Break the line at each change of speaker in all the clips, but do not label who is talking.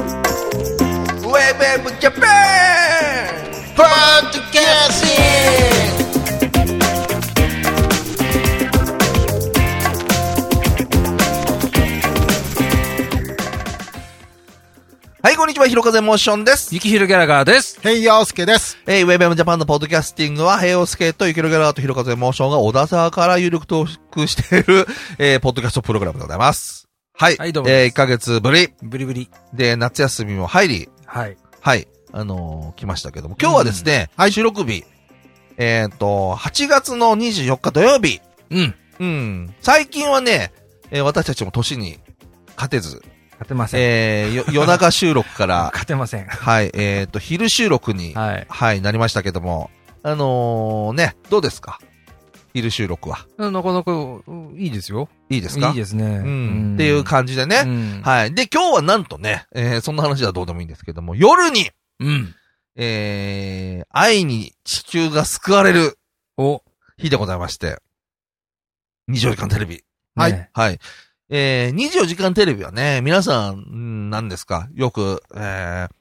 ウェブウェブジャパンポッドキャスティングはい、こんにちは、ひろかぜモーションです。
ゆきひろギャラガーです。
ヘイヤースケです。
えー、ウェブムジャパンのポッドキャスティングは、平洋スケート、ゆきろギャラーとひろかぜモーションが小田沢から有力トークしている、えー、ポッドキャストプログラムでございます。はい。
はいどうも
え
です
1ヶ月ぶり。
ブリブリ。
で、夏休みも入り、
はい。
はい。あのー来ましたけども、今日はですね、
はい
収録日、えっ、と、8月の24日土曜日。
うん。
うん。最近はね、えー私たちも年に勝て ず、
勝てません。
えーよ夜中収録から、
勝てません。
はい、えっ、と、昼収録に、はい、
はい。
なりましたけども、あのーね、どうですか昼収録は。
なかなか、うんいいですよ。
いいですか
いいですね。
うん。っていう感じで
う
ね。
ん。
はい。で、今日はなんとね、えーそんな話はどうでもいいんですけども、夜に、
うん。
えー、愛に地球が救われる
お。
日でございまして、24時間テレビ。
はい
ね
はい。えー、24時間テレビはね、皆さん、ん何ですかよく、えー、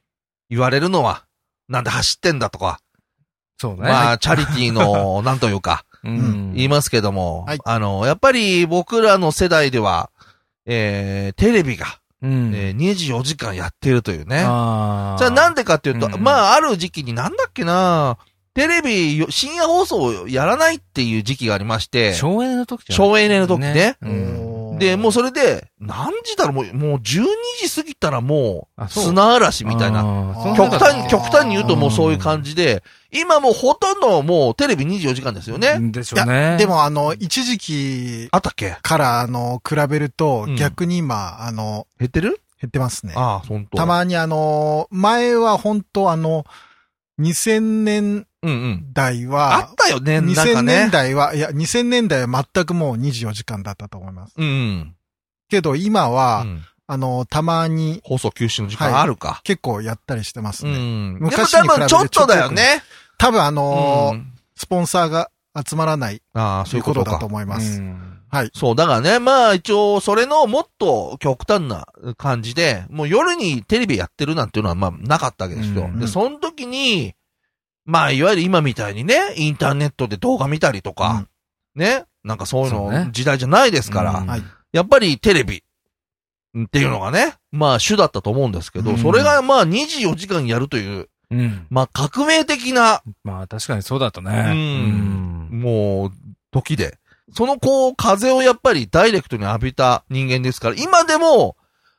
言われるのは、なんで走ってんだとか、
そうね。
まあ、チャリティー の、なんというか、
う
言い
ん。
ますけども、
はい
あの、やっぱり僕らの世代では、えー、テレビが、
うん。
えー、24時間やってるというね。
あ
じゃあなんんでかっていうと、
うんうん
まあある時期になんだっけな、テレビよ、深夜放送をやらないっていう時期がありまして、
省エネの時じゃない
省エネの時ね。
うん。
で、もう
そ
それで、何時だろう、もうもう12時過ぎたらもう
あ、そう
砂嵐みたいな。
あーその
極
中
端
あ
に、
ー
極端に言うともうそういう感じで、今もうほとんどもうテレビ24時間ですよね。
でしょうね。
で、もあの、一時期
あったっけ
からあの、比べると
うん、
逆に今、あの、
減ってる
減ってますね。
ああ、本当。
たまにあの、前は本当あの、2000年
うんうん。
代
あ
は
っ、たよね、なん
2000
か
年
ね。
代は、いや、2000年代は全くもう24時間だったと思います。
うんうん。
けど今
う
は、
ん
あの、たまに
放送休止の時間あるか。
結構やったりしてます
う
ね。
ん。でも
昔
多
に比べて
分ちょっとだよね。
多分あ
う
の、
ん
スポンサーが集まらない
ああ、
と
そう
い
いううこ
こと
と
だ
か
と。思いうます。
ん。
そう、だからね、まあ一応、それのもっと極端な感じで、もう夜にテレビやってるなんていうのはまあなかったわけですよ。
うん
で、その時に、まあいわゆる今みたいにね、インターネットで動画見たりとか、ね、なんかそういう
そうね
の時代じゃないですから、
うん
はい。
やっぱりテレビっていうのがね、まあ主だったと思うんですけど、
うん
それがまあ24時間やるという、
うん。
まあ革命的な、
まあ、確かにそうだったね。
うんもう、時で。そのこう、風をやっぱりダイレクトに浴びた人間ですから、今でも、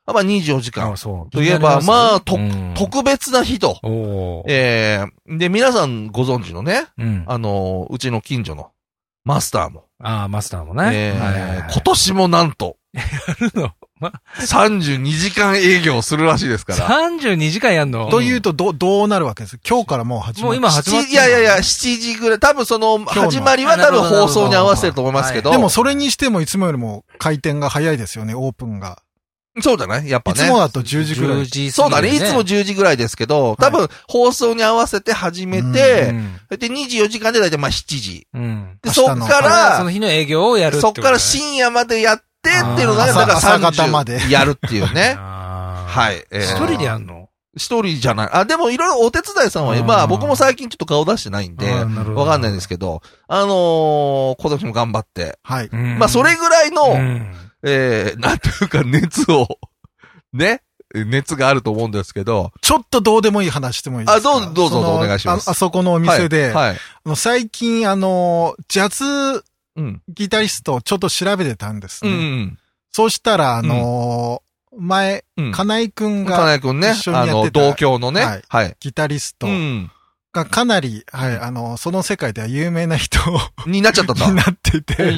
やっぱ24時
あ
間、
そう。
といえばまあと
うん、
特別な日と、
おー
えー、で、皆さんご存知のね、
うん。
あのーうちの近所のマスターも、
ああ、マスターもね。
え
はいはいは
ー
い
今年もなん と、
のま
32時間営業するらしいですから。
32時間やんの
というと、どう、どうなるわけです今日からもう始ま
もう
る。
今始まっ
いやいやいや、7時ぐらい、多分その、
日の
始まりは多分放送に合わせると思いますけど、
でもそれにしてもいつもよりも回転が早いですよね、オープンが。
そうじゃないやっぱ
い
ね。
つもだと10時くらい。
時
そうだ
過
ね。
ぎ
いつも10時ぐらいですけど、多分放送に合わせて始め
う
て、
ん
で、24時間でだいたいまあ7時。
うん。
で、
明
そ
日
っ
の
か
その
ら、
日の営業をやるって
そ
こ
っ
と
から深夜までやってっていうのが、
あ
だ
ー
から
朝方まで
30やるっていう ね。
は。
はいい。えー
一人でやんの
一人じゃない。あ、でもいろいろお手伝いさんは、
うん
まあ僕も最近ちょっと顔出してないんで、
あーなるほど
わかんないですけど、あのー、今年も頑張って、
はい。
まあそれぐらいの、
うん
えー、なんというか熱を、ね、熱があると思うんですけど、
ちょっとどうでもいい話してもいいですか
あどうぞどうぞ
その
お願いします
ああそこのお店で、
はい。はい
あの最近あの、ジャズ
うん。
ギタリストをちょっと調べてたんです
う
ね。
ん。
そうしたら、あの前、
うん。
金井く
金
んが、
井くんね
一、緒にや
あ
ってた
の、同郷のね、は
はいい。
はい。
ギタリスト
うん。
がかなり、はい、あの、その世界では有名な人
になっちゃったんだ。
になってて、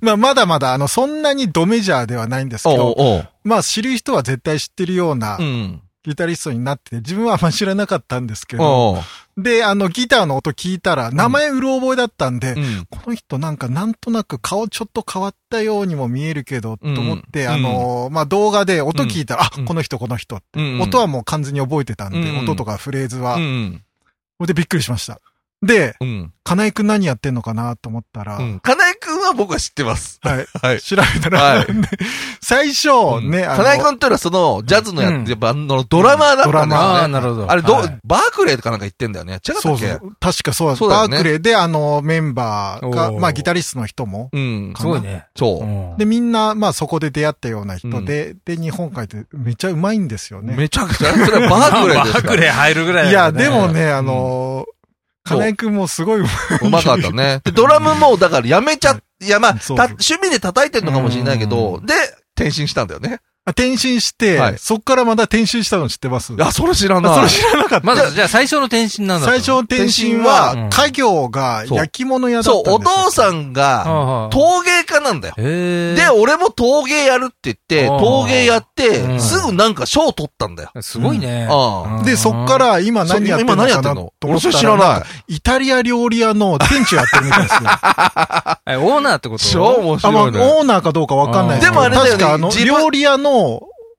まあ、まだまだ、あの、そんなにドメジャーではないんですけ
おう
ど、
おう。
まあ、知る人は絶対知ってるような
うん。
ギタリストになってて、自分はあんま知らなかったんですけど、
おうおう。
で、あの、ギターの音聞いたら、名前うろ覚えだったんで、
うん。
この人なんかなんとなく顔ちょっと変わったようにも見えるけど、と思って、
うん
あの、まあ、動画で音聞いたら、
うん
あ、この人この人って、
うん。
音はもう完全に覚えてたんで、
うん
音とかフレーズは、
うん。
でびっくりしました。で、
うん。
金井くん何やってんのかなと思ったら、
うん。金井くんは僕は知ってます。
はい。
はい。
調べたら、
は い
最初、
うん
ね、あの
金井くんっていうのはその、ジャズのやって、バンドのドラマーだったんだ
あ
よ
あ、
ね。
なるほど。
あれ、ど
は、
バークレーとかなんか言ってんだよね。違かった
そ
っ
うそ
け
う。確かそうだ
そうだよね
バークレーで、あの、メンバーが、
おー
まあ、ギタリストの人も。
うん
い。すごいね。
そうう。
ん
で、みんな、まあ、そこで出会ったような人で、で、日本海ってめっちゃうまいんですよね。
めちゃくちゃ、それはバークレー
バ
ですから。
ークレー入るぐらい
い
だ
や、
からね
でもね、あのー、
そう
金井くんもすごいうまい。
うまかったね。で、ドラムも、だからやめちゃ、いや、まあ、た
そう
趣味で叩いてんのかもしれないけど
う、
で、転身したんだよね。
あ転身して、
はい
そっからまた転身したの知ってます
あ、それ知らない。
あそれ知らなかった。
まだ、じゃあ最初の転身なんだ。
最初の転身
う
は
ん、
家業が焼き物屋だったん
そう
で、すよ。
お父さんが、
は
陶芸家なんだよ。
いはい、へ
で、俺も陶芸やるって言って、
あー
陶芸やっ
う
て、
ん
すぐなんか賞取ったんだよ。
え。すごいね。
あ
うん
で、そっか、ら今
そう
何やってんの
今
か
何や
な
って
と
ん
思っ
の
た
俺それ知らない
んか。イタリア料理屋の店長やってるみたいですよ。あ、
えオーナーってこと
超面
まあ、
白いね。
オーナーかどうかわかんない
でもあれだよね
確かあの、
自分
料理屋の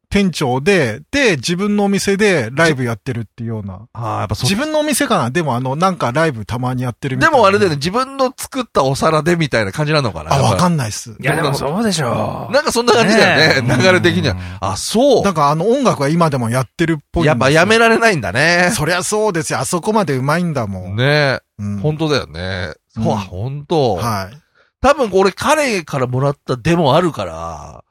店長で、で、自分のお店でライブやってるっていうような。
ああ、やっぱそ
自分のお店かなでもあの、なんかライブたまにやってるみた
で
いな。
もあれだよね、自分の作ったお皿でみたいな感じなのかな。
あ、わか
ん
んないっす
い。や、でもそうでしょう。
なんかそんな感じだよね、
ね
流
え
れ的に
う
は
ん。
あ、そう
なん。かあの、音楽は今でもやってるっぽいんです
や
よ。
っぱやめられないんだね。
そりゃそうですよ。あそこまでうまいんだもん。
ね
うん
本当だよね。
うん
ほわ、本当。
はい。
多分俺彼からもらったデモあるから。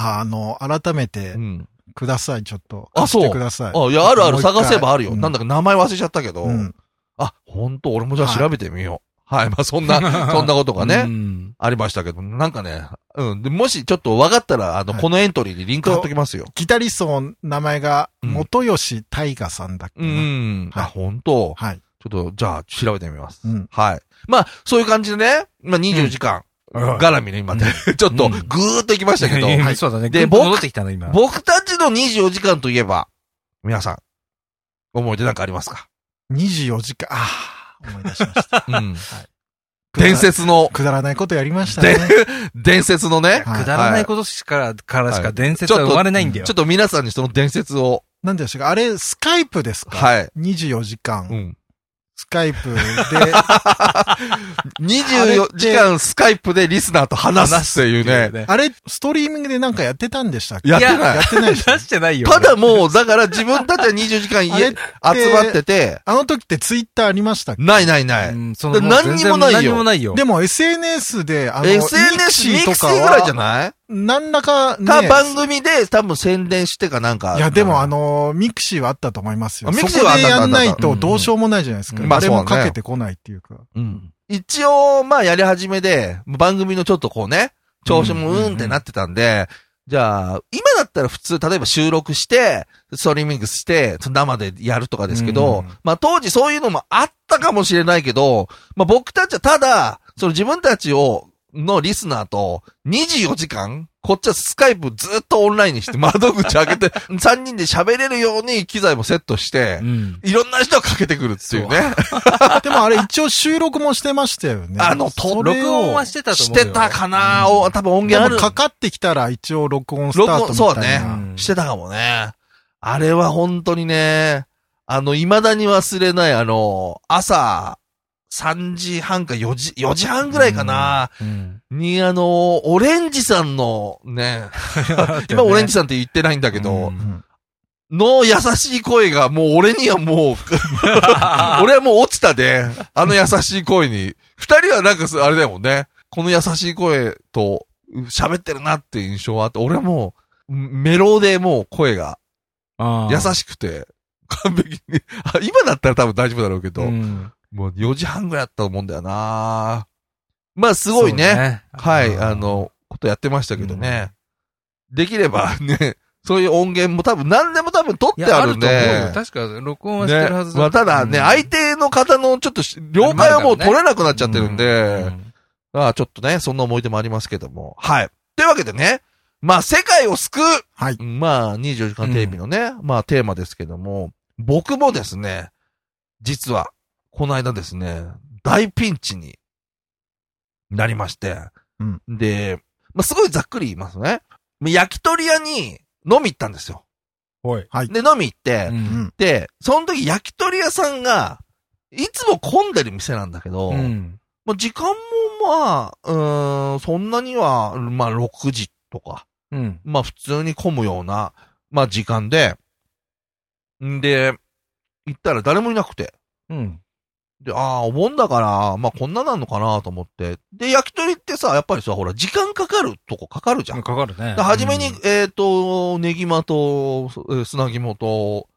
ああの、改めて
う、ん。
ください、ちょっと。
あそう
貸してください。
あ、いや、あるあ
も
る
う一回
探せばあるよ。
うん
なんだか名前忘れちゃったけど。
うん。
あ、本当俺もじゃあ調べてみよう。はい、まあそん な、そんなことがね、
うん
ありましたけど、なんかね、うん。でもしちょっと分かったら、あの、
はい
このエントリーにリンク貼っときますよ。
ギタリストの名前が、
うん
元吉大河さんだっけ
う
な、
ん。
は
あ、
い
本当
はい。
ちょっと、じゃあ調べてみます。
うん。
はい。まあ、そういう感じでね、まあ24時間、絡みね、今ね。 ちょっと、
うん
ぐーっと行きましたけど、
いやいやそうだね。
で
ぐっと戻
僕
ってきたの、今。
僕たちの24時間といえば、皆さん、思い出なんかあります か
24時間、ああ、思い出し ました。
うん。伝説 の、
くだらないことやりましたね。
伝説のね、
はい
くだらないことしか、からし
は
か
い
伝説は生まれないんだよ
ちょ。っと皆さんにその伝説を、
なんでしょうかあれ、スカイプですか
はい。
24時間、
うん。
スカイプで、
24時間スカイプでリスナーと話すっていうね。
ね。
あれ、ストリーミングでなんかやってたんでしたっけ
やって
いや
な
や
い。
ってないでしょ
出してないよ。
ただもう、だから自分たちは24時間
あれ
家、集まってて、
あの時ってツイッターありましたっけ
ないないな
う
い。
ん、その、
だから何にもないよ
全然何にもないよ。
でも SNS で、あの、
SNS、ミ
ミ
ク
ク
シ
シ
ー
ー
ぐ
と
らいじゃ
かは、
ない
何らかね、
か、番組で多分宣伝してかなんか。
いや、でもあ、の、ミクシーはあったと思いますよ。
あミ
ミ
ク
ク
シ
シ
ー
ー
は
は
あ
あ
っあっ
ったた
たあ
や
った
んないとどうしようもないじゃないですか。
うんまあ
誰
そう
も
だね
かけてこないっていうか。
うん。一応、まあ、やり始めで、番組のちょっとこうね、調子もうーんってなってたんで、じゃあ、今だったら普通、例えば収録して、ストリーミングして、生でやるとかですけど、
うん
まあ当時そういうのもあったかもしれないけど、まあ僕たちはただ、その自分たちを、のリスナーと24時間、こっちはスカイプずっとオンラインに して、窓口開けて、3人で喋れるように機材もセットして
う、ん。
いろんな人がかけてくるっていうね。。
でもあれ一応収録もしてましたよね
あのと
それを
録音はしてたと
し
思うよ。
てたかな、お多分音
で
源あ
も
る。
かかってきたら一応録音スタ
録音、
ートみ
そう
たいな。
ね
う。ん
してたかもね。あれは本当にね、あの、未だに忘れない、あの、朝、3時半か4時、4時半ぐらいかな、
うん。
に、あの、オレンジさんの、ね、今オレンジさんって言ってないんだけど、
う
うん
ん
の優しい声が、もう俺にはもう、 俺はもう落ちたで、あの優しい声に。二人はなんかす、あれだもんね。この優しい声と喋ってるなっていう印象はあって、俺はもう、メロでもう声が
あー
優しくて、完璧に。あ今だったら多分大丈夫だろうけど、
うん
もう4時半ぐらいだったと思うんだよなまあすごいね。
そうね
はい、あ、の、ことやってましたけどね。できれば ね、そういう音源も多分、何でも多分取っ
い
て
や、
あ
あ
る
る
ん
と
で。
思うよ。確か、録音はしてるはず
ねまあ、ただね、相手の方のちょっとし了解はもう取れなくなっちゃってるんで、ああちょっとね、そんな思い出もありますけども。はい。というわけでね、まあ、世界を救う、
はい
まあ、24時間テレビのね、まあ、テーマですけども、僕もですね、実は、この間ですね、大ピンチになりまして、
うん
で、まあ、すごいざっくり言いますね。焼き鳥屋に飲み行ったんですよ。
はい。
で、飲み行って、
うん
うん
で、その時焼き鳥屋さんが、いつも混んでる店なんだけど、
うん。
まあ、時間もまあ、うーん、そんなには、まあ、6時とか、
うん。
まあ、普通に混むような、まあ、時間で、んで、行ったら誰もいなくて、
うん。
で、ああ、お盆だから、まあ、こんななんのかなと思って、で、焼き鳥ってさ、やっぱりさ、ほら、時間かかるとこかかるじゃん。
かかるね。
で初めに、
うん
えっ、と、ネギマと、えー砂肝と、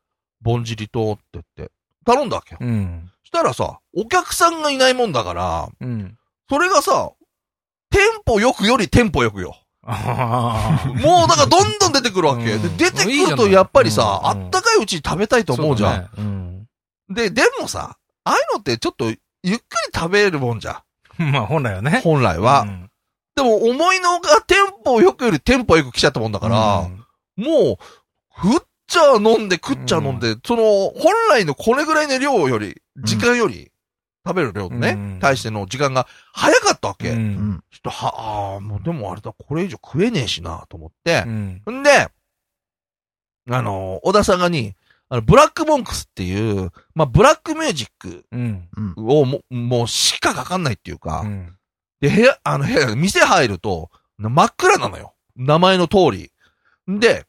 ぼんじりとって言って、頼んだわけよ。
うん。
したらさ、お客さんがいないもんだから、
うん。
それがさ、テンポよくよりテンポよくよ。
ああ。
もうだからどんどん出てくるわけ。
うん
で、出て
い
く
いじ
る
ゃな
と
い
やっぱりさ、
うんうん
あったかいうちに食べた いと思うじゃん。
そうだね。うん。
で、でもさ、ああいうのってちょっとゆっくり食べるもんじゃ
まあ、本来は
ん。
ね。
本来は。
うん
でも思いのがテンポよくよりテンポよく来ちゃったもんだから、もう、食っちゃ飲んで食っちゃ飲んで、その、本来のこれぐらいの量より、時間より、食べる量のね、
うん
対しての時間が早かったわ
う。
け。
うんん。
ちょっと、は、ああ、もうでもあれだ、これ以上食えねえしな、と思って
う。ん。
んで、あの、小田さんがに、あの、ブラックモンクスっていう、まあ、ブラックミュージック
うん。
うん。
をも、もう、しかかかんないっていうか、
うん
で、部屋、あの、部屋、店入ると、な真っ暗なのよ。名前の通り。んで、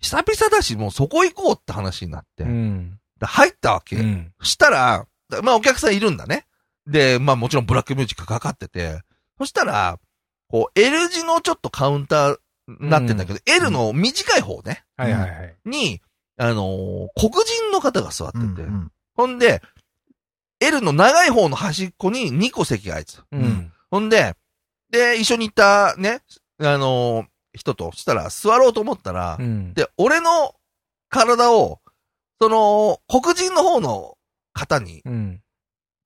久々だし、もうそこ行こうって話になって、
うん。
で入ったわけ。
うん。
したら、まあお客さんいるんだね。で、まあもちろんブラックミュージックかかってて、そしたら、こう L 字のちょっとカウンターになってんだけど、L の短い方ね、
はいはいはい。
に、あのー黒人の方が座ってて、
うん
ほんで、L の長い方の端っこに2個席があいつ。
うん。
ほんで、で、一緒に行ったね、あのー人と、したら座ろうと思ったら、
うん。
で、俺の体を、その、黒人の方の方に、
うん。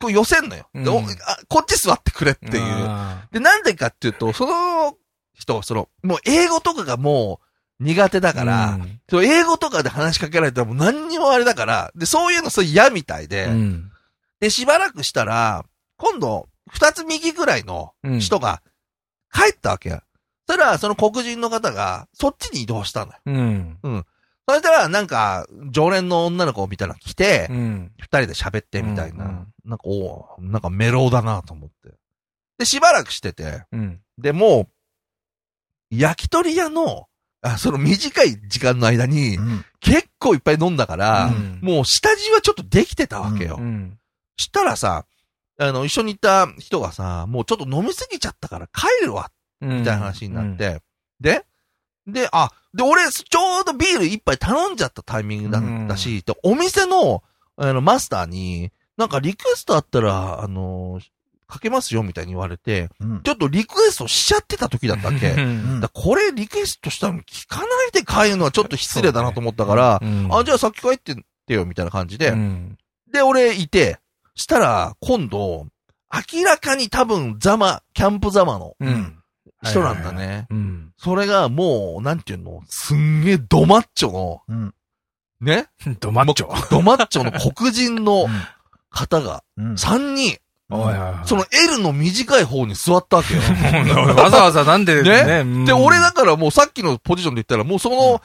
こう寄せんのよ。でお
うん
あこっち座ってくれっていう。
あ
で、なんでかっていうと、その人、その、もう英語とかがもう苦手だ
ー。
から、その英語とかで話しかけられたらもう何にもあれだから、で、そういうのそう嫌みたいで、
うん、うん。
で、しばらくしたら、今度、二つ右ぐらいの
うん。
人が帰ったわけ。そしたら、その黒人の方が、そっちに移動したのよ。
うん。
そしたら、なんか、常連の女の子みたいなの来て、
うん。
二人で喋ってみたいな。
うん
なんか、おうなんかメロだなと思って。で、しばらくしてて、
うん。
で、もう、焼き鳥屋の、あその短い時間の間に、
うん
結構いっぱい飲んだから、
うん
もう下地はちょっとできてたわけよ。
うん。
したらさ、あの、一緒に行った人がさ、もうちょっと飲みすぎちゃったから帰るわ、
み
みたいな話になって、。で、で、あ、で、俺、ちょうどビール一杯頼んじゃったタイミングだったし、でお店の、あの、マスターに、なんかリクエストあったら、あの、かけますよ、みたいに言われて、
うん
ちょっとリクエストしちゃってた時だったっけ。だ
う
か
ん
らこれリクエストしたのに聞かないで帰るのはちょっと失礼だなと思ったから、
うん
あ、じゃあ先帰ってってよ、みたいな感じで、
うん
で、俺いて、したら、今度、明らかに多分、ザマ、キャンプザマの
うん。
人なんだ
はいはいはい。
ね。
うん。
それがもう、なんていうの、すんげえドマッチョの、
うん
ね
ドマッチョ。
ドマッチョの黒人の方が、
うん
3人、
おいおいおい
その L の短い方に座ったわけよ。
わざわざなんで
ね
ね。ね
で、俺だからもうさっきのポジションで言ったら、もうその、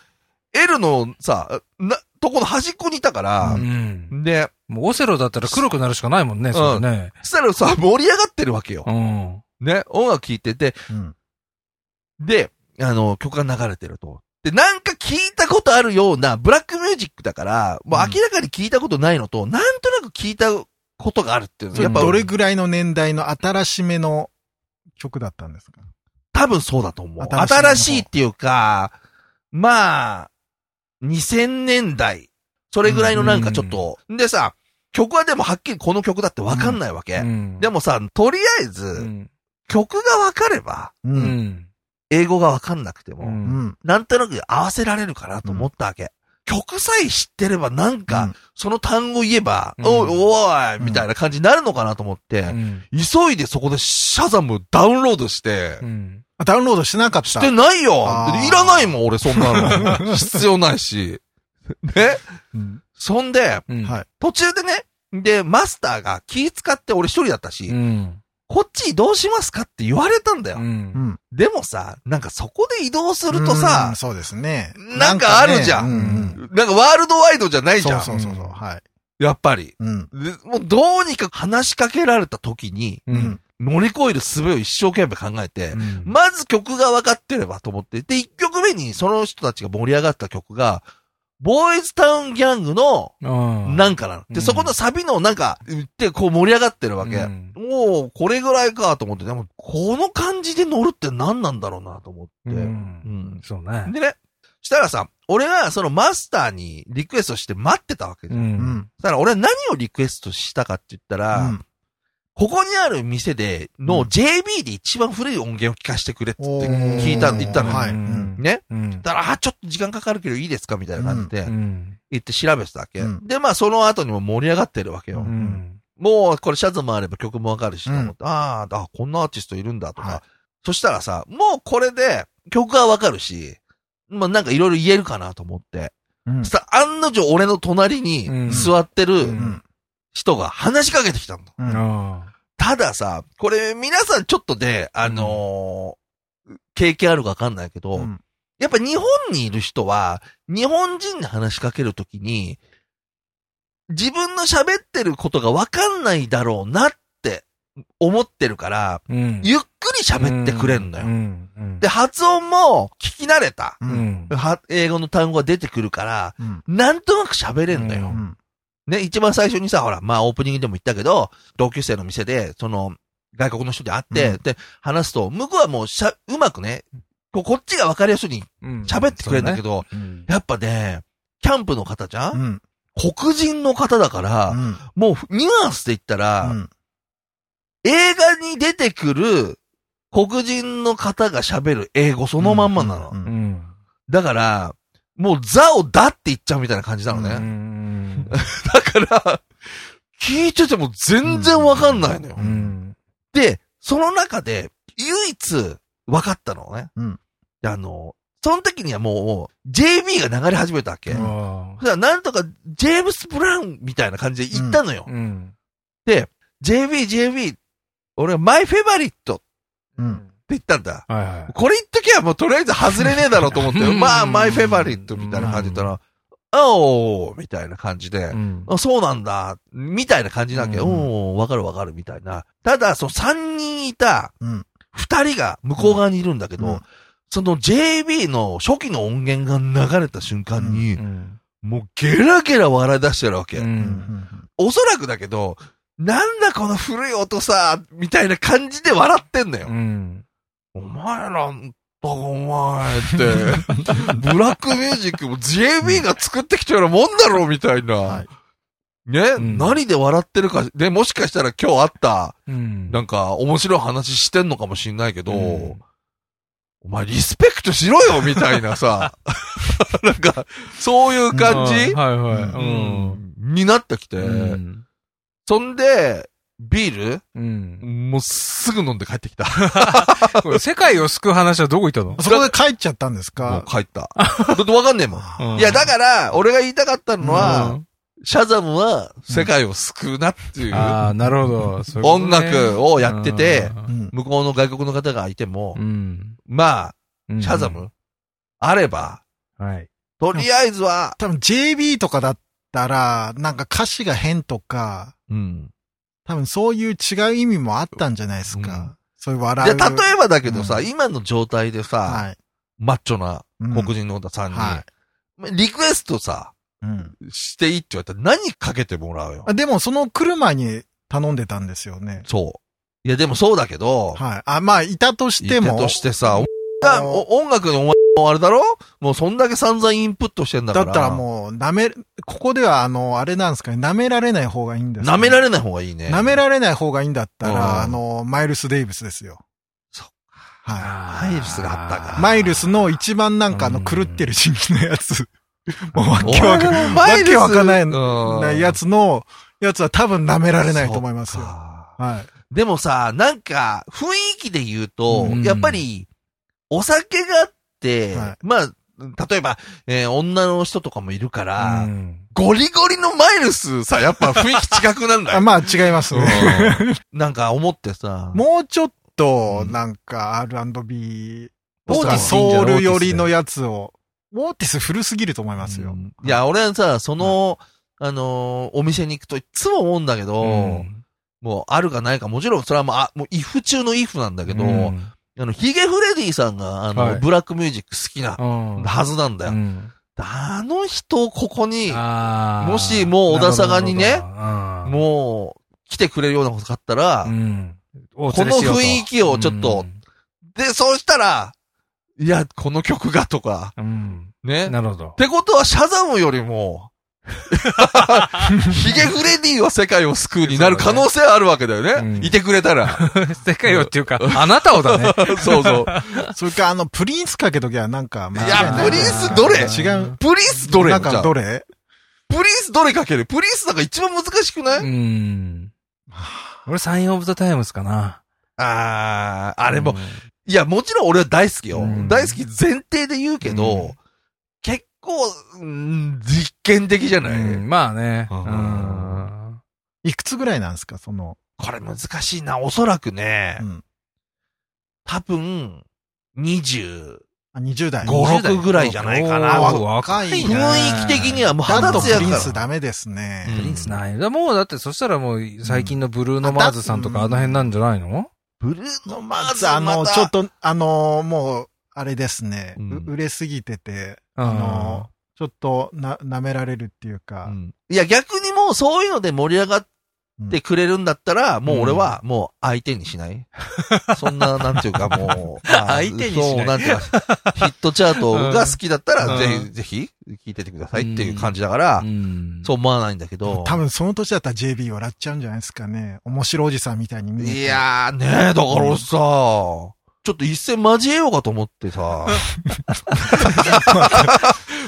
L のさ、な、とこの端っこにいたか
う
ら、
ん。
で、
もうオセロだったら黒くなるしかないもんね、それね。
したらさ、盛り上がってるわけよ。
うん。
ね、音楽聴いてて、
うん
で、あの、曲が流れてると。で、なんか聞いたことあるような、ブラックミュージックだから、もう明らかに聞いたことないのと、なんとなく聞いたことがあるっていうの。やっぱ、
どれぐらいの年代の新しめの曲だったんですか
多分そうだと思う。
新しいの
新しいっていうか、まあ、2000年代。それぐらいのなんかちょっと。でさ、曲はでもはっきりこの曲だってわかんないわけ。で
も、
もさ、とりあえず、
うん。
曲がわかれば、
う。
うんん。
英語がわかんなくても、
う
うんん。
なんとなく合わせられるかなと思ったわけ。曲さえ知ってればなんか、
うん
その単語言えば、
うん
おい、おい、
うん
みたいな感じになるのかなと思って、
うん
急いでそこでシャザムダウンロードして
う、ん。
あダウンロードしてなかった。
してないよ
あー
いらないもん、俺そんなの。必要ないし。ね
うん
そんで、
うん
はい
途中でね、で、マスターが気使って俺一人だったし、
うん。
こっち移動しますかって言われたんだよ。
うん。
ん。
でもさ、なんかそこで移動するとさ
うん、そうですね。
なんかあるじゃん
なかねうんうん
なんかワールドワイドじゃないじゃん。
そうそうそうそう。はい。
やっぱり。
うん。
でもうどうにか話しかけられた時に、
うん
うん
乗り越える術を一生懸命考えて、
うん
まず曲が分かってればと思って、で、一曲目にその人たちが盛り上がった曲が、ボーイズタウンギャングの、
うん
なんかなの。で、
うん
そこのサビのなんか、言ってこう盛り上がってるわけ。
うん
もう、これぐらいかと思って、でも、この感じで乗るって何なんだろうなと思って。
う
うんん
そうね。。
でね、したらさ、俺がそのマスターにリクエストして待ってたわけじゃん。
うんん。
だから俺は何をリクエストしたかって言ったら、
うん
ここにある店で
う
の
ん
JB で一番古い音源を聞かせてくれって言って
おー
聞いたって言ったのよ。
はい
うん
ね。
うん。
だから、あ、ちょっと時間かかるけどいいですかみたいな感じで
うん
言って調べてたわけ。
うん
で、まあその後にも盛り上がってるわけよ。
う
うんん。
もうこれシャツもあれば曲もわかるしと
うん
思って、あーあ、こんなアーティストいるんだとか。
はい
そしたらさ、もうこれで曲がわかるし、まあなんかいろいろ言えるかなと思って。
うん
そしたら案の定俺の隣
うん
に座ってる
うん
人が話しかけてきたの。
う
うんん。
たださ、これ皆さんちょっとで、あのー経験あるかわかんないけど、
うん
やっぱ日本にいる人は、日本人に話しかけるときに、自分の喋ってることがわかんないだろうなって思ってるから、
うん。
ゆっくり喋ってくれんの
う
よ。
ん。うん
で、、発音も聞き慣れた。
う
うんん。
は英語の単語が出てくるから、
うん
なんとなく喋れんの
う
よ。
ん
ね、一番最初にさ、ほら、まあオープニングでも言ったけど、同級生の店で、その、外国の人に会って、
うん
で、話すと、向こうはもうしゃ、うまくね、こうこっちがわかりやすいように
うん
喋ってくれるんだけ
ど。
ど、
うん
やっぱね、キャンプの方じゃ、
うんん
黒人の方だから、
うん
もうニュアンスで言ったら、
うん
映画に出てくる黒人の方が喋る英語そのまんまなの。
うん
うん。
だから、もうザをだって言っちゃうみたいな感じなのね。
うん。
だから、聞いてても全然わかんないのよ。
うん。
で、その中で唯一わかったのね。
うん
であの、その時にはもう JB が流れ始めたわけ。
う
そ
ん
したらなんとかジェームス・ブラウンみたいな感じで言ったのよ。
うん。
JB、JB、俺はマイフェバリットって
うん
言ったんだ。
はいは
これ言っときゃもうとりあえず外れねえだろうと思って、
うん
まあ、マイフェバリットみたいな感じで言ったら、おーみたいな感じで
い。、ん
あそうなんだ、みたいな感じなわけ。
う
うんん、わかるわかるみたいな。ただ、その3人いた
うん
2人が向こう側にいるんだけど、
うん
その JB の初期の音源が流れた瞬間に、
うん。
もうゲラゲラ笑い出してるわけ。
う。
うんん
おそらくだけど、なんだこの古い音さ、みたいな感じで笑ってんだよ。
うん。
お前ら、お前って、 ブラックミュージックも JB が作ってきたようなもんだろうみたいな。
はい
ね、
ん
何で笑ってるか、で、もしかしたら今日あった、
うん。
なんか面白い話してんのかもしんないけど、
うん
お前リスペクトしろよみたいなさ、 なんか、そういう感じ、
はいはい。
になってきて、
うん。
そんで、ビー
うん
ル。もうすぐ飲んで帰ってきた。
これ世界を救う話はどこ行ったの
そこで帰っちゃったんです
もう
か
帰った。だってわかんねえもん。
うん
いや、だから、俺が言いたかったのは、
うん
シャザムは世界を救うなっていう、
ああ、なるほど。そういうことね
音楽をやってて、
うん
向こうの外国の方がいても、
うん。
ま
うん
あ、シャザム、あれば、
はい。
とりあえずは、
多分 JB とかだったら、なんか歌詞が変とか、
うん。
多分そういう違う意味もあったんじゃないですか。
うん
そういう
い
笑
や、
う。
例えばだけどさ、
うん
今の状態でさ、
はい。
マッチョな
うん
黒人の方さんに、
は
リクエストさ、
うん
していいって言われたら何かけてもらうよ
あ。でもその来る前に頼んでたんですよね。
そう。いや、でもそうだけど、
はい。あ、まあ、いたとして
言っ
も。
てとしてさ、おが、お音楽のお前もあれだろもうそんだけ散々インプットしてんだ
だ
から。
ったらもう、舐め、ここではあの、あれなんですかね、舐められない方がいいんですか
舐められない方がいいね。
舐められない方がいいんだった
うん
ら、あの、マイルス・デイビスですよ。
そっ
は
マイルスがあったか
い。マイルスの一番なんかあ
う
の、
ん
狂ってる時期のやつ。もう、わ
お
けわか
前
ん
の
わけわかんない
な
ないやつの、やつは多分舐められないと思いますよ。
よ。
はい。
でもさ、なんか、雰囲気で言うと、
うん
やっぱり、お酒があって、
はい
まあ、例えば、えー女の人とかもいるから、
うん
ゴリゴリのマイルスさ、やっぱ雰囲気違くなんだ
あ
よ。
まあ、違いますね。
うんなんか思ってさ、
もうちょっと、なんか R&B、
オーティスいいんじゃ
ソ
ない
ウル寄りのやつを、オーティス古すぎると思いますよ。
うんいや、俺はさ、その、あのーお店に行くといつも思うんだけど、
うん
もうあるかないか、もちろんそれはもう、あ、もうイフ中のイフなんだけど、
うん
あの、ヒゲフレディさんが、あの、
はい
ブラックミュージック好きな
うん
はずなんだよ。
うん
あの人をここに、
あー
もしもう小田坂にね
なるほどなるほど
もう、来てくれるようなことがあったら、
うんうんこ
この雰囲気をちょっと、で、そうしたら、いや、この曲がとか、
うん
ね。
うんなるほど
っ。てことは、シャザムよりも、ヒゲフレディは世界を救うになる可能性あるわけだよね。
うん
いてくれたら。
世界をっていうか、あなたを だね。
そうそう。
それか、あの、プリンスかけときゃなんか、まあ
いや
ね
プリンスどれ
違う。
プリンスどれな
な
んん
か
か
どれ
プリンスどれかけるプリンスなんか一番難しくない、
うん。俺、サインオブザタイムズかな。
あー、あれも、いや、もちろん俺は大好きよ。
うん
大好き前提で言うけど、
うん
結構、うん実験的じゃ
う
ない、
ん、うんまあね。
うん
うん
いくつぐらいなんですかその、
これ難しいな。おそらくね、
うん
多分、20、
あ20代。
五6ぐらいじゃないかな。
お
わ
ー
若い
雰
ね
囲気的にはもう
だ
二十
とプ
歳や
リンス
か
ダメですね。
うん
プリンスない。だからもうだってそしたらもう最近のブルーノマーズさんとかあの辺なんじゃないの
ら。ブルーノマ
ま
ーズ
ず、あの、ちょっ
と、
と、あの、もう、あれですね。
うん
う売れすぎてて、
うん
あの、ちょっと、な、舐められるっていう
う
か。
んいや、逆にもうそういうので盛り上がってくれるんだったら、もう俺はもう相手にしない。そんな、なんていうかもう、あー
相手にしない
そう、なんていうか、ヒットチャートが好きだったら、
うん
ぜひ、ぜひ、聞いててくださいっていう感じだから、
うん
そう思わないんだけど。
多分その年だったら JB 笑っちゃうんじゃないですかね。面白おじさんみたいに見えて。
いやーねえ、だから俺さ、ちょっと一戦交えようかと思ってさ。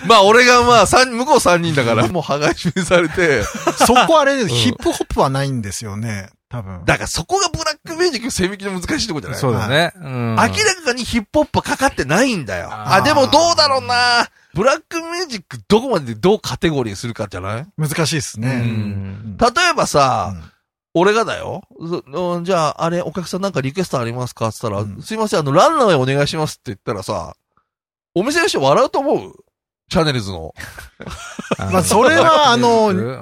まあ俺がまあ三、向こう三人だから、もう羽がい締めされて、
そこあれ、
ん
ヒップホップはないんですよね。多分。
だからそこがブラックミュージックの線引きの難しいとこじゃない
そうだね。う
明
ん
らかにヒップホップはかかってないんだよ。あ
あー
でもどうだろうなブラックミュージックどこまででどうカテゴリーするかじゃない
難しいです
う
ね。
ん
例えばさ、
うん
俺がだよ、そうんじゃあ、あれ、お客さんなんかリクエストありますかって言ったら、
うん
すいません、あの、ランラウェイお願いしますって言ったらさ、お店の人笑うと思うチャンネルズ の。
まあ、それは、あ
うん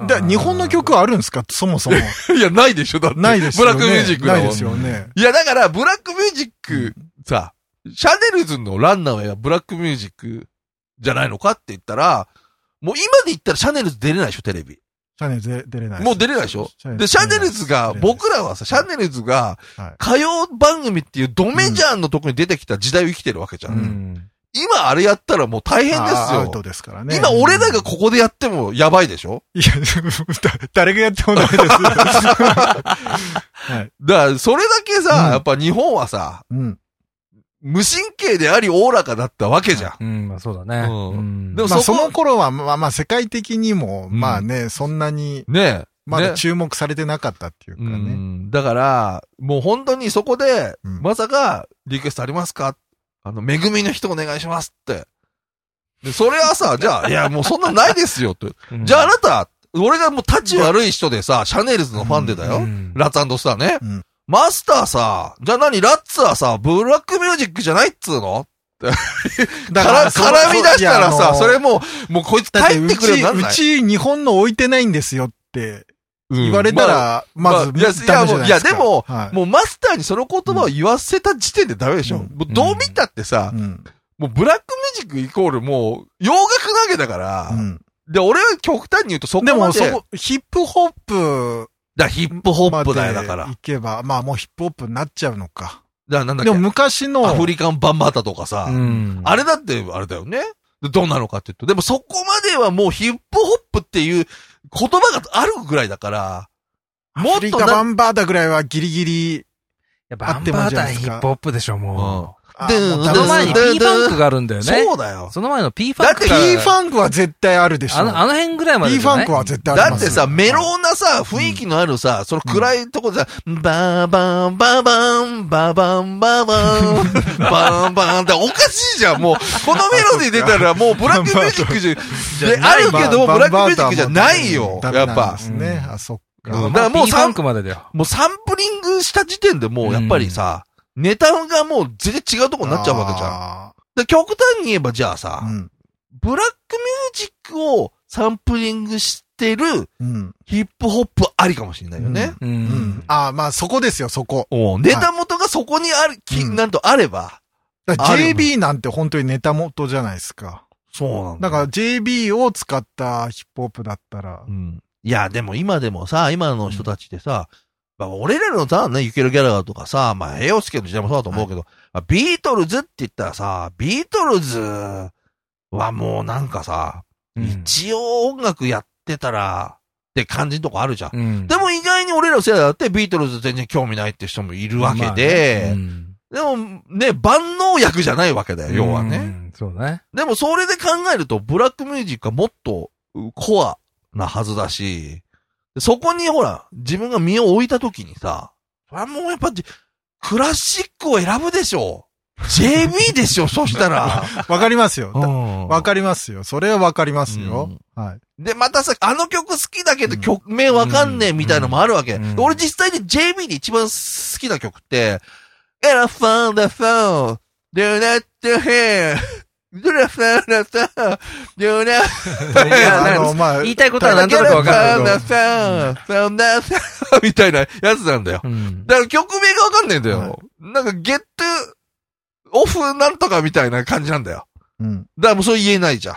の、だ日本の曲はあるんですかそもそも。
いや、ないでしょだって。
ないですよね。
ブラックミュージックだ
な
もん
いですよね。
いや、だから、ブラックミュージック、さ、シャネルズのランナーやブラックミュージックじゃないのかって言ったら、もう今で言ったらシャネルズ出れないでしょ、テレビ。
シャネルズ出れないす。
もう出れないでしょ
ャネルズ
で、シャネルズが、
出れない
僕らはさ、シャネルズが
はい、
歌謡番組っていうドメジャーのとこに出てきた時代を生きてるわけじゃん。
うん
今あれやったらもう大変で
あ
す
アウ
よ。
トですからね。
今俺らがここでやってもやばいでしょ
いや、 だ誰がやってもダメです。
だ
はい。
から、それだけさ、
うん
やっぱ日本はさ、
うん。
無神経でありおおらかだったわけじゃん。
うん、まあそうだね。
うん
うん
でも
まあ
そ
そ
こ
の頃は、まあまあ世界的にも、
うん
まあね、そんなに、
ねえ。
ま
ね
だ注目されてなかったっていうか
う
ね。
んだから、もう本当にそこで、
うん
まさか、リクエストありますかあの、めぐみの人お願いしますって。で、それは さ、じゃあ、いや、もうそんなないですよって。
うん
じゃああなた、俺がもう立ち悪い人でさ、シャネルズのファンでだよ。
うん
ラッツスターね。
うん
マスターさ、じゃあ何、ラッツはさ、ブラックミュージックじゃないっつうの
だ
から、
う
絡み出したら
いやあ
さ、
の
それもう、もうこいつ
だって
帰っ
う
てくれ
ち、
ように
う
なんない
ち日本の置いてないんですよって言われた
うん
ら、
まあ
まず、
まあいや
ダメじゃないですか。
いやも
はい
もうマスターにその言葉を言わせた時点でダメでしょ。
うん
もうどう見たってさ、
うん。
もうブラックミュージックイコールもう洋楽なわけだから、
うん
で、俺は極端に言うとそこま
で
で。
も、そこ、ヒップホップ
だからヒップホップだよ、だから。だ
行
か
けば、まあもうヒップホップになっちゃうのか。
らなんだっ
でも
け
昔の、
アフリカンバンバータとかさ、
うん
あれだってあれだよね。でどうなのかって言うと。でもそこまではもうヒップホップっていう言葉があるぐらいだから、も
ア
っ
フリ
と
カバ
な、
ンバーダぐらいはギリギリ、
やっぱアンバーターヒップホップでしょ、も
う
あ
で
も
う。
ダ
そ
メ
の
だ
前に P ファンクがあるんだよ
ん、
ね。
そうだよ。
その前の P ファ
だっ
ン
て
ク
ヒ
が。
ー
P ファンクは絶対あるでしょ。
あの、あの辺ぐらいまで
P
じ
フ
ゃ
ァ
ない。
ンクは絶対あ
だ
りま
っ
す
て
よ。
さ、メローなさ、雰囲気のあるさ、その暗いとこでさ、バーバーン、バーバーン、バーバーン、バーバーン、バーバーンっておかしいじゃん、もう。このメロディー出たらもうブラックミュージックじゃ、 で、あるけどもブラックミュージックじゃないよ、
ダメ
やっ
なんで
ぱ。
すね。
うん
あ、そっ
う
か。
ん
だからもう
P フ
3。フ
ァ
ァ
ンク
ンクまでだよ。
もうサンプリングした時点でもうやっぱりさ、ネタがもう全然違うとこになっちゃうわけじゃん。
ゃ
で極端に言えばじゃあさ、
うん。
ブラックミュージックをサンプリングしってる
うん。
ヒップホップありかもしれないよね。
う
うんん。。ああ、まあそこですよ、そこ。
おうネタ元がそこにある、き
うん
なんとあれば。
だから
ある
JB なんて本当にネタ元じゃないですか。
そうなん
だ
だ。
から JB を使ったヒップホップだったら
う。ん。いや、でも今でもさ、今の人たちってさ、まあ、俺らのさ、ね、ゆけるギャラガーとかさ、まあ、エオスケの時代もそうだと思うけど、まあビートルズって言ったらさ、ビートルズはもうなんかさ、
うん
一応音楽やってたら、って感じのとこあるじゃん。
うん。
でも意外に俺らの世代だってビートルズ全然興味ないって人もいるわけで、でもね、万能薬じゃないわけだよ、要はね。
うん。そうね。
でもそれで考えると、ブラックミュージックはもっとうコアなはずだし、そこにほら、自分が身を置いたときにさ、それはもうやっぱじ、クラシックを選ぶでしょ。JB でしょ、 そしたら。
わかりますよ。わ
わ
かりますよ。それはわかりますよ。 はい。
で、またさ、あの曲好きだけど
うん
曲名わかんねえみたいのもあるわけ。
うん
で俺実際に JB で一番好きな曲って、エラファンダファン、do not to hear, do not found the phone, do not
いや
あ
な
の、
ん
まあ、
言いたいことはなんとなくわかるけど。
そんなさ、みたいなやつなんだよ。
うん
だから曲名がわかんねえんだ
は
よ。なんか、ゲット、オフなんとかみたいな感じなんだよ。
うん。
だからもうそれ言えないじゃん。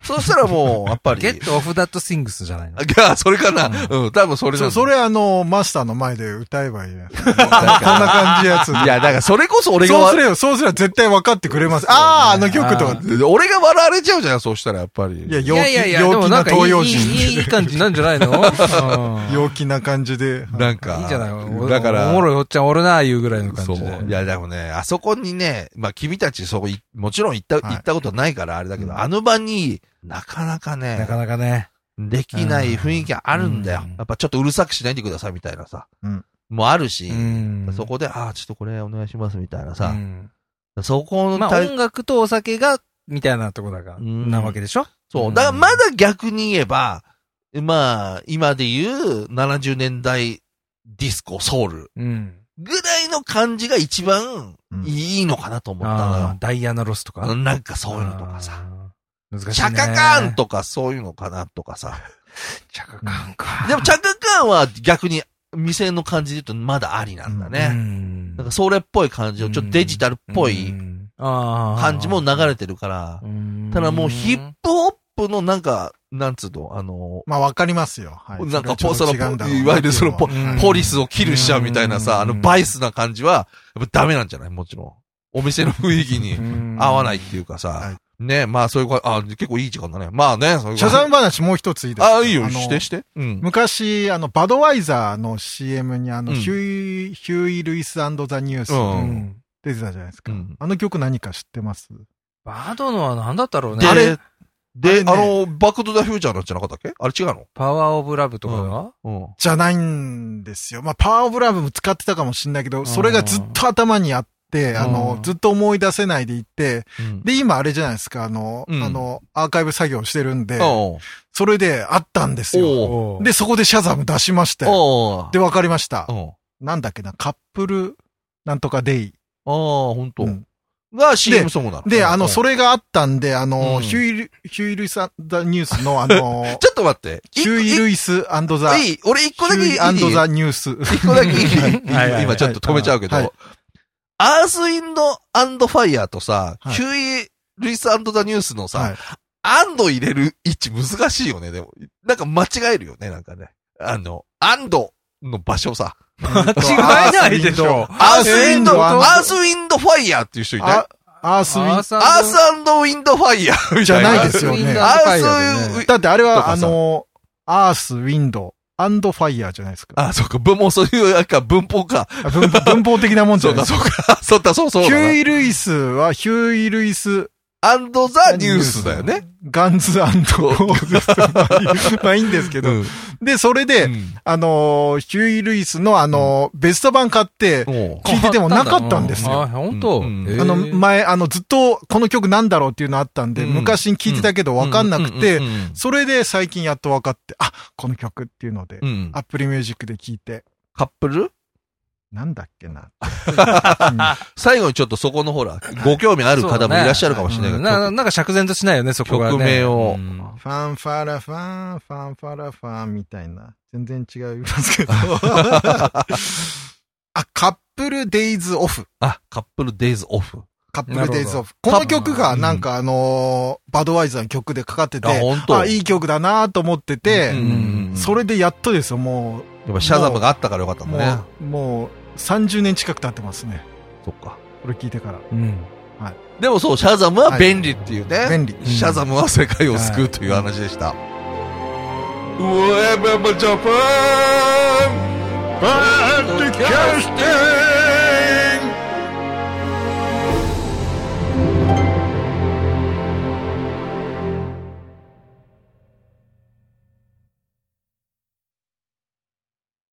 そしたらもう、やっぱり。
ゲットオフダットシングスじゃないの
あ、それかな。うん、多分それなんだ
そそれあの、マスターの前で歌えばい いね。こんな感じのやつ。
いや、だからそれこそ俺が
そう
わ
す、れよ、そうすれば絶対分かってくれます。ああ、あの曲とか。
俺が笑われちゃうじゃん、そうしたらやっぱり。
いや、
い
陽
やいやい
気、
や、で
陽
も
気
な
なん
かいい
東洋
いいいい
人。
感じなんじゃ ないのう ん
陽気な感じで。
なんか。
いいじゃないの
だから
おもろいおっちゃんおるな、いうぐらいの感
そう。
じで。
いや、でもね、あそこにね、まあ、君たちそこい、もちろん行った、
は
行
い
ったことないからあれだけど、
うん
あの場に、なかなかね、
なかなかね。
できない雰囲気あるんだよ
うん。
やっぱちょっとうるさくしないでくださいみたいなさ、
うん
もあるし、
うん
そこで、ああ、ちょっとこれお願いしますみたいな
う
さ、
ん
そこの
まあ
対、
音楽とお酒が、みたいなとこだから、
うん
なわけでしょ
そうう。
ん
だからまだ逆に言えば、まあ、今で言う70年代ディスコ、ソウル
うん。
ぐらいの感じが一番
うん
いいのかなと思ったの
ああ
よ、
ダイアナロスとか。
うんなんかそういうのとかさ。
あー。難し
チ
いね。
ャカカーン。とかそういうのかなとかさ。
チャカカーンか。
でもチャカカーンは逆に店の感じで言うとまだありなんだ
う
ね。
ん
なんかそれっぽい感じを、ちょっとデジタルっぽ
う
い
んあー
感じも流れてるから。
うん
ただもうヒップホップのなんか、なんつうの、あの、
まあ、分かりますよ。はい。
なんか
それちょっと
ポ
違うんだろう
いわゆるそのポ
っていうのは
うん
ポリスをキルしちゃうみたいなさ、あ
うん
のバイスな感じは、やっぱダメなんじゃないもちろん。お店の雰囲気に合わないっていうか
は
さ
い。
ねまあそういうこあ、結構いい時間だね。まあね、そういう
謝罪話もう一ついいですか
あ、いいよ、
の
してして。うん。
昔、あの、バドワイザーの CM に、あの、
うん
ヒュイ、ヒュイ・ルイスザ・ニュース
う
うんん。
出てたじゃないですか。
うん
あの曲何か知ってます
バードのは何だったろうね。
で、あれ、
あ
で
れ、ね
あの、バックトゥザフューチャーなんじゃなかったっけあれ違うの
パワーオブラブとかが
うん。
じゃないんですよ。まあ、パワーオブラブも使ってたかもしれないけど、それがずっと頭にあって、あの
う、ん
ずっと思い出せないでいて、
うん
で、今あれじゃないですか、あの、
うん
あの、アーカイブ作業してるんで、
おう
それであったんですよ。
おう
おう
で、そこでシャザム出しましたよ。
おう
で、わかりました
う。ん。
なんだっけな、カップル、なんとかデイ。
ああ、ほんと
うん。
が CM ソングなの。
で、あ
う
の、
ん
それがあったんで、あの、
うん、
ヒュイル、ヒュイルイス・ザ・ニュースの、あ の
ちょっと待って。
ヒュイ・
一
ルイスザ・
個いいいい俺一個だけいい
ヒュイザ・ニュース。
一個だけいい
はいはい
今ちょっと止めちゃうけ
はい
ど。アース・ウィンド・アンド・ファイヤーとさ、
はい
ヒュイ・ルイス・アンド・ザ・ニュースの
は
さ、
い。
アンド入れる位置難しいよね、でも。なんか間違えるよね、なんかね。あの、アンドの場所さ。
間違えないでしょ。
アース・ウィンド、
アースウィンド
アース・ウィンド・ファイヤーっていう人いない
あアース・ウィン
スウ
アースウィンドファイヤーみ
じ
た
ゃ
いな。
ないですよね。
ア
ア
ー
ー
ス
ス
ウ
ウ
ィ
ィ
ン
ン
ド、
だってあれ
と
は、
か
あ
さ
の、アース、ウィンド、アンドファイヤーじゃないですか。
あ、そうか、文もそういう、なんか文法か。
あ文 文法的なもんじ
そ
ゃ
う
ない
か、
です
そ
か。
うか、そうだ、そうそう
ヒ
だ
ュ
な。
イ・ルイスは、ヒュイ・ルイス、
アンドザ・ニュースだよね。。
ガンズアンド、まあいいんですけ
う
ど。
ん
で、それ
う
で、
ん
あのー、ヒュイ・ルイスのあのー、ベスト版買って、
おう
聞いててもなかったんですよ
あ、本当。
うん
へー
あの、前、あの、ずっとこの曲なんだろうっていうのあったんで、
うん
昔に聞いてたけどわかんなく
う
て
ん、うんうん
それで最近やっと分かって、あ、この曲っていうので
う、ん
アップルミュージックで聞いて、
カップル
なんだっけな。
最後にちょっとそこのほ ら、ご興味ある方もいらっしゃるかもしれないけど、
ななんか釈然としないよね、そこが、ね。
曲名を
うん
うんファンファラファン、ファンファラファンみたいな。全然違いま すけど。あ、カップルデイズオフ。
あ、カップルデイズオフ。
カップルデイズオフ。こ
なるほ
の
ど
曲がなんかあのーバドワイザーの曲でかかって
あ、
て、
本当。
あ、いい曲だなと思って
う
て、
んうんうん
それでやっとですよ、も
やっぱシャザムがあったからよかった
う、
ん
もう、
だね。
もう30年近く経ってますね。
そっか。
これ聞いてから。
うん。
でもそう、シャザムは便利っていうね。
便利。
ん
シャザムは世界を救うという話でした。ウェブジャパンポッドキャスト